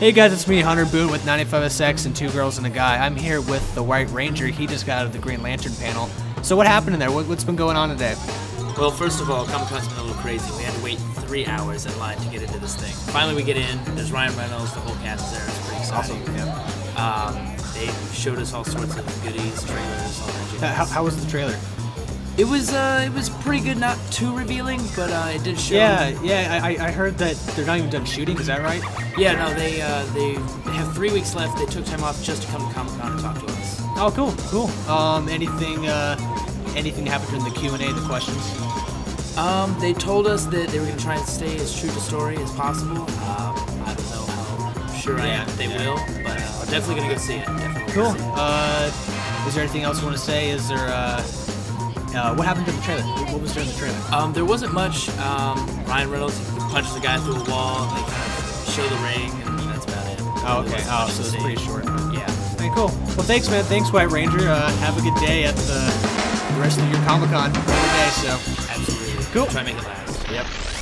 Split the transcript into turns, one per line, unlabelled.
Hey guys, it's me, Hunter Boone, with 95SX and Two Girls and a Guy. I'm here with the White Ranger. He just got out of the Green Lantern panel. So what happened in there? What, what's been going on today?
Well, first of all, Comic Con's been a little crazy. We had to wait three hours in line to get into this thing. Finally, we get in. There's Ryan Reynolds. The whole cast is there. It's pretty exciting.
Yeah.
Um, they showed us all sorts of goodies, trailers, all that jazz.
How, how was the trailer?
It was uh, it was pretty good. Not too revealing, but uh, it did show.
Yeah, yeah. I, I- I heard that they're not even done shooting. Is that right?
Yeah. No, they uh, they have three weeks left. They took time off just to come to Comic Con and talk to us.
Oh, cool, cool. Um, anything, uh, anything happened during the Q and A, the questions?
Um, they told us that they were going to try and stay as true to story as possible. Um, I don't know how sure I am that they will, but uh, I'm definitely going to go see it. Definitely
Cool.
gonna see it.
Uh, is there anything else you want to say? Is there, uh, uh, what happened during the trailer? What what was during the trailer?
Um, there wasn't much. Um, Ryan Reynolds he punches the guy through a wall. They kind of show the ring, and that's about it.
Oh,
There
okay.
wasn't
Oh,
much
so
to
it's
see.
pretty short.
Yeah.
Okay, cool. Well, thanks, man. Thanks, White Ranger. Uh, have a good day at the, the rest of your Comic Con every day. So.
Absolutely.
Cool.
Try and make it last.
Yep.